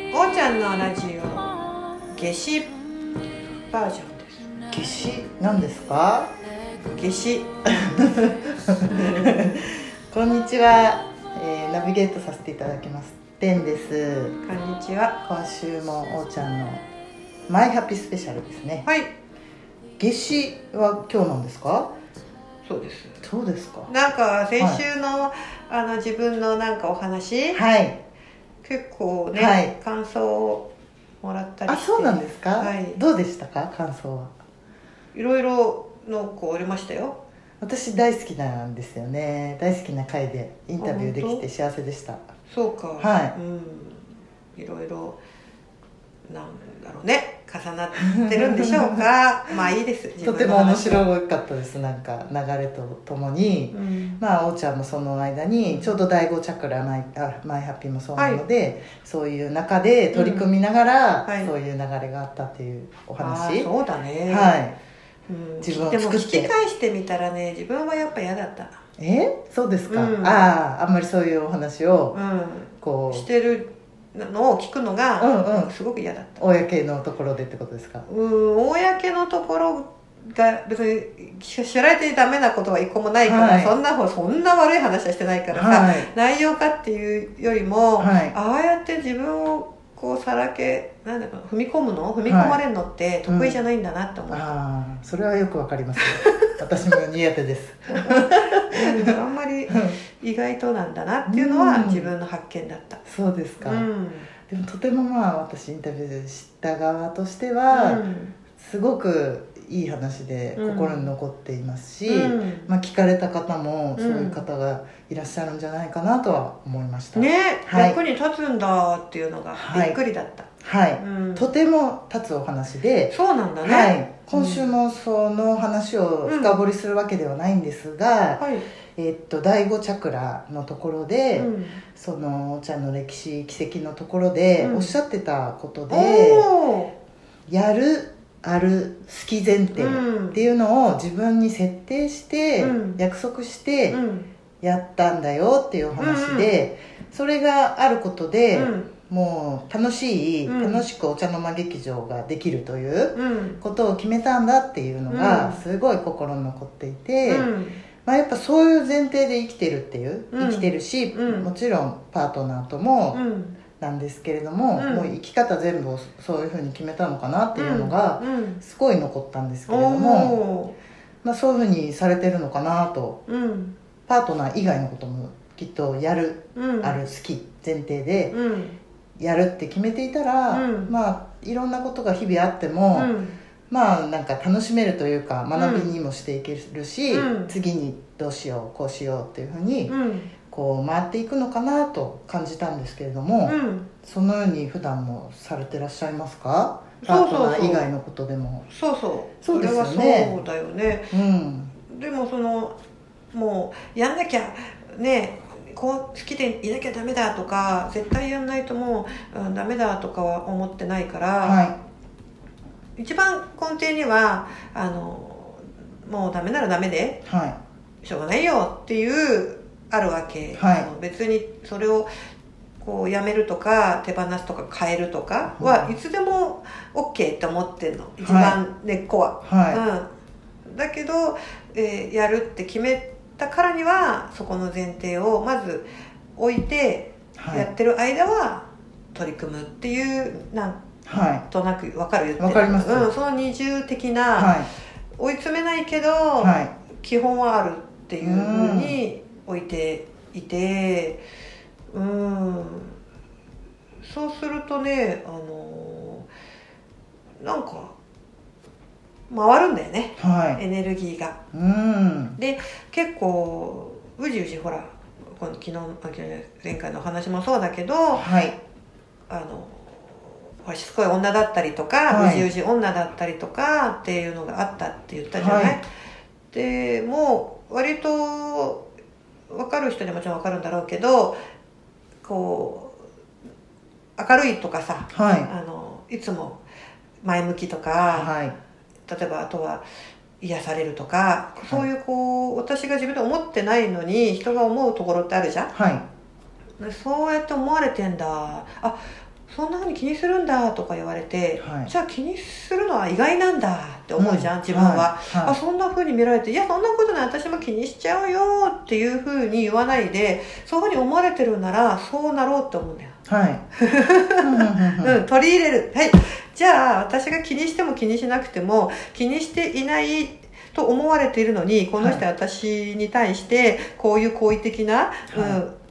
のラジオ夏至バージョンです夏至なんですか夏至こんにちは、えーナビゲートさせていただきますてんですこんにちは今週もおーちゃんのマイハピスペシャルですねはい夏至は今日なんですかそうですそうですかなんか先週の、あの自分のなんかお話、はい結構ね、はい感想をもらったりあしてそうなんですか、はいどうでしたか感想はいろいろのこうありましたよ私大好きなんですよね大好きな回でインタビューであき本当て幸せでしたそうかはうんいろいろなんだろうね重なってるんでしょう かまあいいですとても面い、白かったですなんか流れとともに、うんまあおーちゃんもその間にちょうど第5チャクラマイあマイハッピーもそうなので、そういう中で取り組みながら、うんはいそういう流れがあったっていうおあ話ーそうだね、はいうん、自分をでも作っ聞てき返してみたらね自分はやっぱ嫌だったえそうですか、うんあああんまりそういうお話をうこんしうてるのを聞くのが、うんうんすごく嫌だった公のところでってことですかうん公のところが別に知られてダメなことは一個もないから、はいそんなほそんな悪い話はしてないからさ、はい内容かっていうよりも、はいああやって自分をこうさらけなんだろう踏み込むの踏み込まれるのって得意じゃないんだなって思う、 ああそれはよくわかります 私も苦手ですうん あんまり意外となんだなっていうのはうん自分の発見だった、そうですか、うんでもとてもまあ私インタビューした側としては、うんすごくいい話でうん心に残っていますし、うんまあ、聞かれた方もうそうんいう方がいらっしゃるんじゃないかなとは思いました、ね、はい役に立つんだっていうのがびはいっくりだった、はい、うん、とても立つお話で、そうなんだね、はい、今週もその話を深掘りするわけではないんですが、はい、えっと第5チャクラのところで、うんそのお茶の歴史奇跡のところでうんおっしゃってたことで、おーやるある好き前提うんっていうのを自分に設定して、うん約束してうんやったんだよっていうお話で、それがあることで、うんもう楽しい、うん楽しくお茶の間劇場ができるといううんことを決めたんだっていうのうんがすごい心に残っていて、うんまあ、やっぱそういう前提で生きてるっていう、うん生きてるし、うんもちろんパートナーともうんなんですけれども、うんもう生き方全部をそういうふうに決めたのかなっていうのがうんすごい残ったんですけれども、おーまあ、そういうふうにされてるのかなとうんパートナー以外のこともきっとやる、うんある好き前提でうんやるって決めていたら、うんまあいろんなことが日々あってうも、んまあなんか楽しめるというか学びにもしていけるし、うん次にどうしようこうしようっていうふうにうんこう回っていくのかなと感じたんですけれども。うんそのように普段もされてらっしゃいますかそうそうそうパートナー以外のことでもそうそうそうですよねそれはそうだよねうんでもそのもうやんなきゃねこう好きでいなきゃダメだとか絶対やんないともう、うん、ダメだとかは思ってないから、は一番根底にはあのもうダメならダメでいはしょうがないよっていうあるわけ、はいあの別にそれをこうやめるとか手放すとか変えるとかはうんいつでも OK って思ってんの一番根っこは、いはうん、だけど、えーやるって決めたからにはそこの前提をまず置いていはやっいてる間は取り組むっていうなんはとなく分かる言ってるわかりますうん、その二重的な、いはい追い詰めないけど、はい基本はあるっていうふうに置いていてうんそうするとねあのなんか回るんだよねはいエネルギーがうん結構うじうじほらこの昨日あ昨日じゃない前回のお話もそうだけどはいあのほらしつこい女だったりとか、はいうじうじ女だったりとかっていうのがあったって言ったじゃない、はいでもう割と分かる人にはもちろん分かるんだろうけどこう明るいとかさはいあのいつも前向きとか、はい例えばあとは癒されるとかそういうこう私が自分で思ってないのに人が思うところってあるじゃんはいそうやって思われてんだあそんなふうに気にするんだとか言われて、はいじゃあ気にするのは意外なんだって思うじゃん、うん自分は、はいあそんなふうに見られて「いやそんなことない私も気にしちゃうよ」っていうふうに言わないでそういうふうに思われてるならそうなろうって思うんだよ、はい。うんうんうんうん、取り入れるはいじゃあ私が気にしても気にしなくても気にしていないと思われているのにこの人は私に対してこういう好意的な、は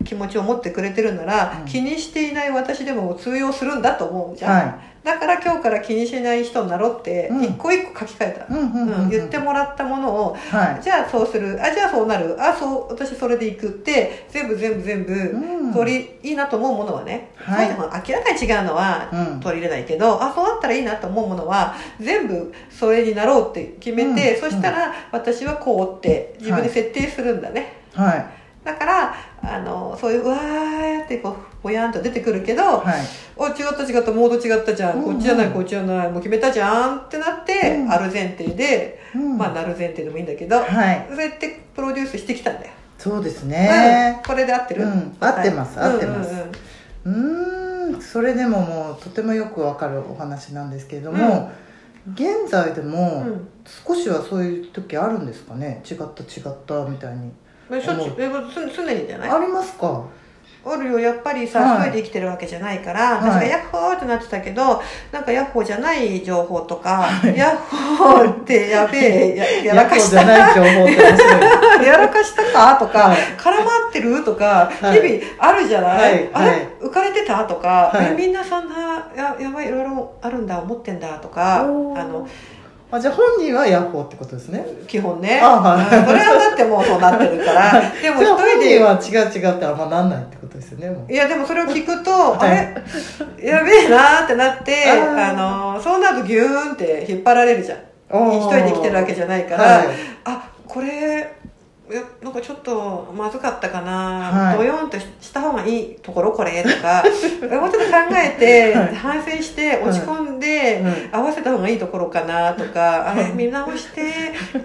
うん、気持ちを持ってくれてるなら、うん気にしていない私でも通用するんだと思うじゃん、はだから今日から気にしない人になろうってうん一個一個書き換えた、い。うんうんうんううんん。言ってもらったものをはじゃあそうするあじゃあそうなるあそう私それでいくって全部全部全い。部うん取りいいなと思うものはね、はいそうでも明らかに違うのはうん。取り入れないけどあそうだったらいいなと思うものは全部それになろうって決めて、うそんしたら私はこうって自分で設定するんだね、はだからあのそういううわーってこうぼやんと出てくるけど、い。はい。お違った違ったモード違ったじゃん、うんうんこっちじゃないこっちじゃないもう決めたじゃんってなって、うんある前提で、うんまあなる前提でもいいんだけど、はい。そうやってプロデュースしてきたんだよ、そうですうんね。これで合ってる、うん合ってます合ってますうんうんうんうーん。それでももうとてもよくわかるお話なんですけれども、現在でもうん少しはそういう時あるんですかね。違った違ったみたいに。まあしょっちゅうえつ常にじゃないありますか。おるよやっぱりさ、は一い人で生きてるわけじゃないから、私はいがヤッホーってなってたけどなんかヤッホーじゃない情報とか、ヤッホーってやべ えややらかしやたっこじゃない情報って面白い。やらかしたかとか、はい絡まってるとか、はい日々あるじゃない、はいあれ、はい浮かれてたとか、はいえみんなそんな、ややばい、いろいろあるんだ、思ってんだとか、あおーの、あじゃあ本人はヤッホーってことですね基本ね。あはいうんそれはだってもうそうなってる から、ででもも一人本で人、は違う違うってあんまなんないってことですよねもういやでもそれを聞くと、はいあれやべえなーってなって、ああーの、そうなるとギューンって引っ張られるじゃん。一人で生きてるわけじゃないから、はいあこれえなんかちょっとまずかったかな、はいドヨンとした方がいいところこれと かもうちょっと考えて、はい反省して落ち込んで、うん合わせた方がいいところかなとかあれはい見直して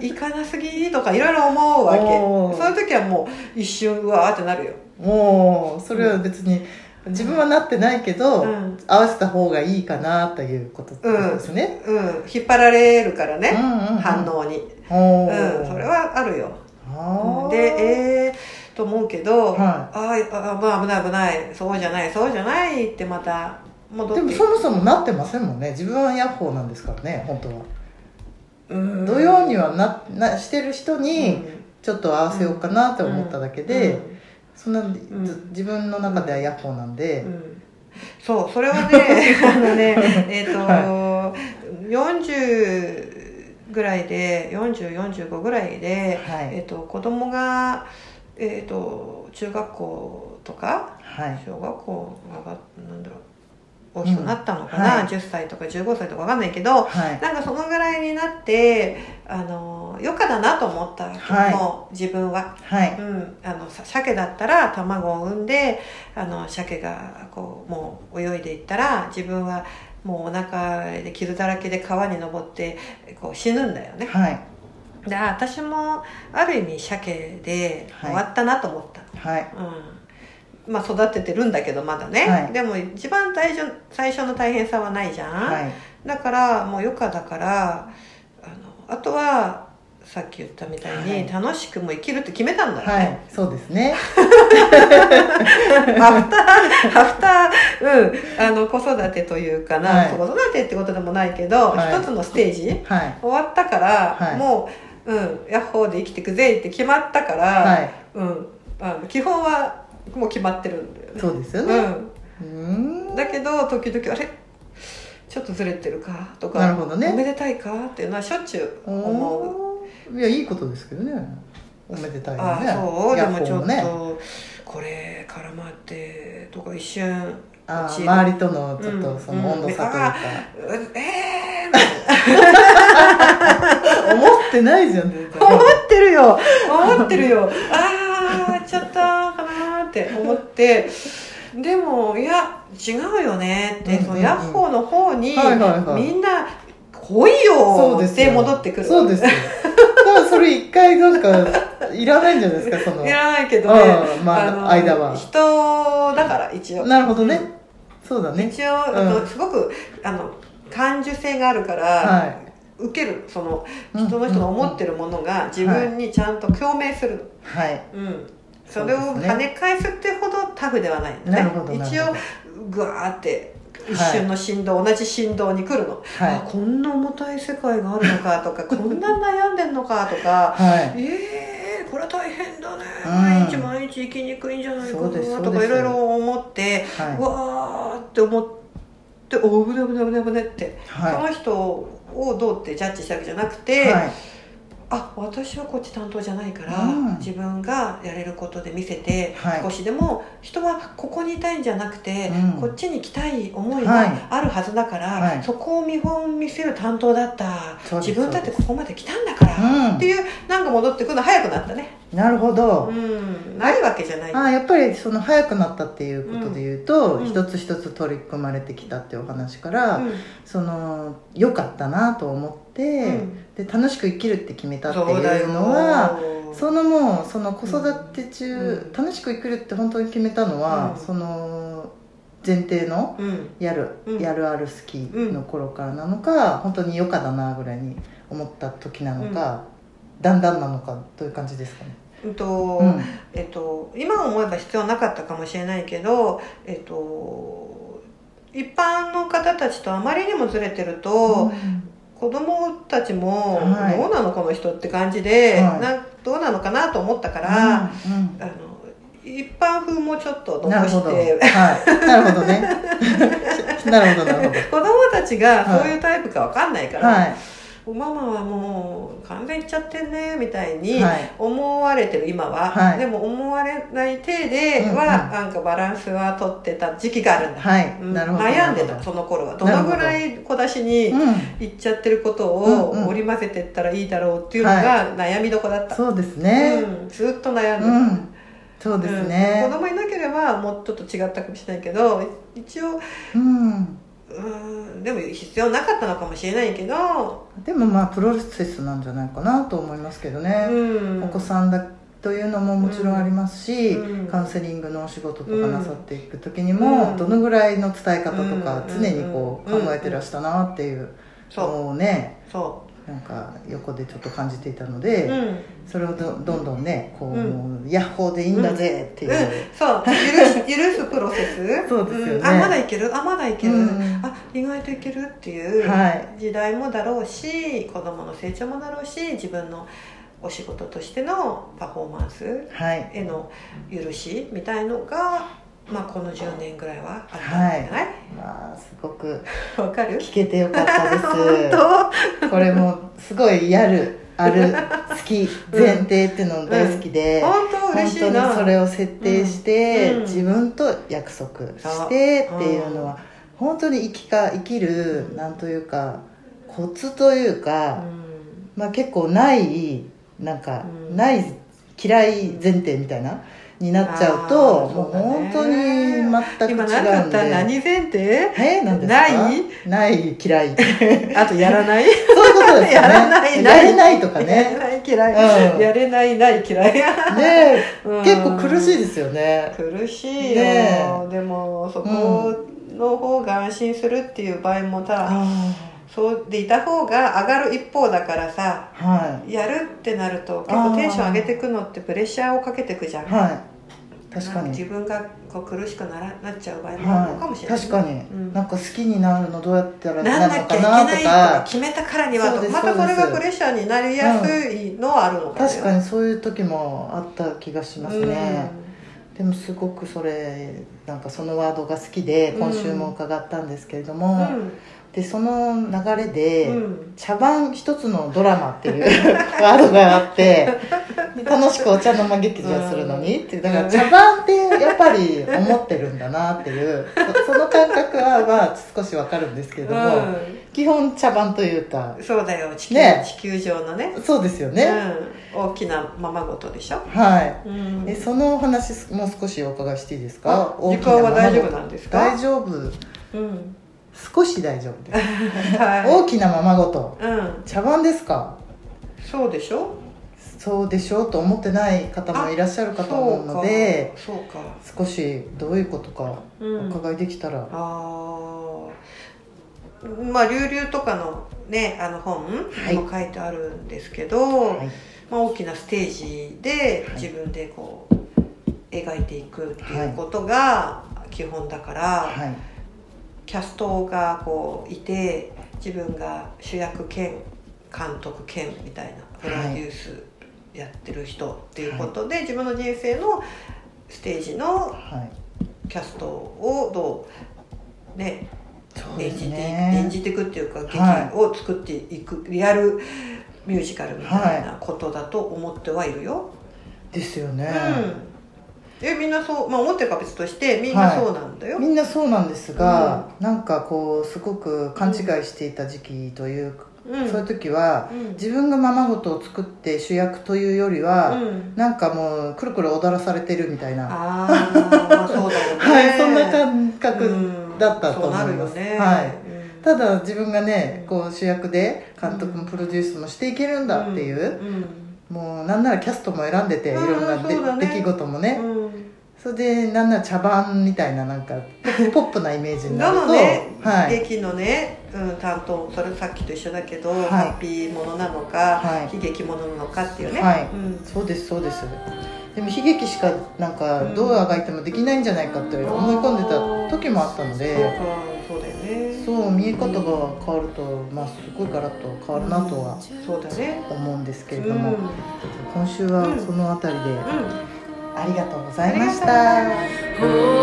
いかなすぎとかいろいろ思うわけおーそういう時はもう一瞬うわーってなるよ、もうそれは別に自分はなってないけど、うん合わせた方がいいかなということですね、うん、引っ張られるからうんね、うんうん、反応に、うおん、ーそれはあるよあーでええー、と思うけど、はいあーあまあ危ない危ないそうじゃないそうじゃないってまた戻っでてもそもそもなってませんもんね自分はヤッホーなんですからね本当はうん土曜にはななしてる人うにんちょっと合わせようかなと思っただけで、そんな、ん自分の中ではヤッホーなんで、うんうんそうそれは ねあのねえっ、と、40ぐらいで4045ぐらいで、はいえっと子供がえっ、と中学校とかはい小学校がなんだろう大きくなったのかな、うんはい10歳とか15歳とかわかんないけどはいなんかそのぐらいになってあの余暇だなと思った、はいもう自分は。はういん、あのさ鮭だったら卵を産んであの鮭がこうもう泳いでいったら自分はもうお腹で傷だらけで川に登ってこう死ぬんだよねはいであ私もある意味鮭で終わったなと思った、はいうんまあ育ててるんだけどまだね、はいでも一番最初最初の大変さはないじゃん、はいだからもう余暇だからあのあとはさっき言ったみたいに、は楽しくも生きるって決めたんだ よね、はいそうですねアフター、アフター、うん、あの子育てというかな、はい子育てってことでもないけど、はい一つのステージはい終わったから、はいもう、うん、ヤッホーで生きてくぜって決まったから、はいうん、あの基本はもう決まってるんだよねそうですよねうんうーんだけど時々あれちょっとずれてるかとかなるほどねおめでたいかっていうのはしょっちゅう思うおーいやいいことですけどねおめでたいよあねそうでヤッもホちーょっもと、ねこれ絡まってとか一瞬あーち周りとのちょっとそのうん温度差というか、うえ思ってないじゃん全然ー、 思ってるよ思ってるよああちゃったかなーって思ってでもいや違うよねって、うんそうんうのんヤッホーの方に、はいはいはいみんな来いそうよでっすよて戻ってくるそうですよだからそれ一回なんかいらないんじゃないですかそのいらないけどね、うんまあの間は人だから一応なるほどねそうだね一応あうんとすごく、あの感受性があるから、はい受けるそのうん人の人の思ってるものが自分にちゃんと共鳴するの、はいうん、それをそうですね跳ね返すってほどタフではないのねなるほどな一るほ応どグワーって一瞬の振動、同じ振動に来るの、はいあこんな重たい世界があるのかとかこんな悩んでんのかとかはいええー、これは大変だね、うん毎日毎日生きにくいんじゃないかそうですなそうとでかすいろいろ思って、うはわーって思っておぶねぶねぶねぶねって、いはいその人をどうってジャッジしたわけじゃなくて、はいあ私はこっち担当じゃないから、うん自分がやれることで見せて、はい少しでも人はここにいたいんじゃなくて、うんこっちに来たい思いはいがあるはずだから、はいそこを見本見せる担当だったそうです自分だってここまで来たんだから、うんっていうなんか戻ってくるの早くなったね、なるほど、うん、ないわけじゃない、あーやっぱりその早くなったっていうことで言うと、うん一つ一つ取り組まれてきたっていうお話から、うんその良かったなと思って、うんで楽しく生きるって決めたってそうだいようのはそそうのもうその子育て中、うん楽しく生きるって本当に決めたのは、うんその前提のうんやる、うんやるある好きの頃からなのか、本当に良かだなぐらいに思った時なのか、だんだんなのかどういう感じですかね、うんと、うんえっと、今思えば必要なかったかもしれないけど、えっと、一般の方たちとあまりにもずれてると、子供たちもはいどうなのこの人って感じで、はいなどうなのかなと思ったから、うんうんあの一般風もちょっとな残るほして。ど。はい。なるほどね。 なるほど、なる ほ子供たちがそういうタイプかわかんないかど。ら、はママはもう完全行っちゃってんねみたいい。にはい。思われてる今は、はいでも思われない体でうんうんは、なんかバランスは取ってた時期があるんだ、はい。うんなるほど。悩んでたなるその頃はどなるのほどぐらい小出しにほどうん。いっちゃってることをうんうん織り交ぜてったらいいだろうっていうのが悩みどこだった、そうですね。うん、ずっと悩んでうた、ん。そうですねうん。子供いなければもうちょっと違ったかもしれないけど一応うん。うんでも必要なかったのかもしれないけど、でもまあ、プロセスなんじゃないかなと思いますけどうね。ん、お子さんだというのももちろんありますしうん、カウンセリングのお仕事とかなさっていく時にうんも、どのぐらいの伝え方とかうん常にこう考えてらしたなっていうそうのをね、そなんか横でちょっと感じていたのでう、うんそれをどどんどんねこう、うんヤッホーでいいんだぜっていう、うん、そう許し許すプロセスそうですよねんあまだいけるあまだいける、うんあ意外といけるっていうは時代もだろうし子供の成長もだろうし自分のお仕事としてのパフォーマンスはいへの許しみたいのが、まあ、この10年ぐらいはあったんじゃない、まあすごくわかる聞けてよかったです 本これもすごいやるある好き前提っていうの大好きで、当本当嬉しいな本当にそれを設定して、うんうん自分と約束してっていうのは、本当に生きか生きるなんというかコツというか、うんまあ、結構ないなんか、うんない嫌い前提みたいなになっちゃうとあーもそううだね本当に全く違うん今で何だった何前提え何ですかないない嫌いそういうあとやらないことですよねやらないやれないとかやれねない 嫌い、うんやれないない嫌いね うん結構苦しいですよね苦しいよ、ねでもそこの方が安心するっていう場合もさ、あそうでいた方が上がる一方だからさあはやるってなると結構テンション上げてくのってプレッシャーをかけてくじゃんいはい確なかん自に分がこう苦しくならなっちゃう場合もあるのかもはしいれない、確かに、うんなんか好きになるのどうやったらななんなるのきゃかいけなないととかか決めたからにはそうとですまたそれそがうですプレッシャーになりやすいのはあるのかも確かににそういう時もあった気がしますね、でもすごくそれなんかそのワードが好きでうん今週も伺ったんですけれどうも、んでその流れで、うん茶番一つのドラマっていう ワードがあってで楽しくお茶の間劇場するのにっていうだから茶番ってやっぱり思ってるんだなっていうそその感覚はまあ少しわかるんですけれども、う基本茶番というかん、そうだよ地球,、ね地球上のねそうですよね、うん、大きなままごとでしょ、はいうんえそのお話もう少しお伺いしていいですかあ時間は大丈夫なんですか大丈夫うん少し大丈夫ですは大きなままごとい、うん、茶碗ですかそうでしょそうでしょうと思ってない方もいらっしゃるかと思うのでそうかそうか少しどういうことかうおん伺いできたら、ああまあ流々とかのねあの本いにも書いてあるんですけど、はいまあ、大きなステージではい自分でこう描いていくっていうことが基本だから、はいキャストがこういて自分が主役兼監督兼みたいなプロデュースやってる人っていうことで、自分の人生のステージのはいキャストをどうねそうで演すじていく、演ねじていくっていうか劇はいを作っていく、リアルミュージカルみたいなことだと思ってはいるよ、ですよね、うんえみんなそうまあ思ってるかは別としてみんなそうなんだよ、みんなそうなんですが、なんかこうすごく勘違いしていた時期というか、うんそういう時はうん自分がままごとを作って主役というよりは、うんなんかもうくるくる踊らされてるみたいな、あーまあそうだよねはいそんな感覚だったと思いますうんそうなるよね、はいうんただ自分がねうんこう主役で監督もプロデュースもしていけるんだっていう、もうなんならキャストも選んでていうんろんなでそうだね出来事もうんね、うんそれでなんなら茶番みたいななんかポップなイメージうんになるなと、のね、はい、劇のね、うん、担当それさっきと一緒だけど、いハッピーものなのか、はい悲劇ものなのかっていうね、はいうん、そうですそうですでも悲劇しかなんうかんどうあがいてもできないんじゃないかって思い込んでた時もあったのでそうだよねそう見え方が変わるとまあすごいガラッと変わるなとはそうだね思うんですけうれん、ども、うん、今週はそのあたりであありがとうございりがまとうしございた。ます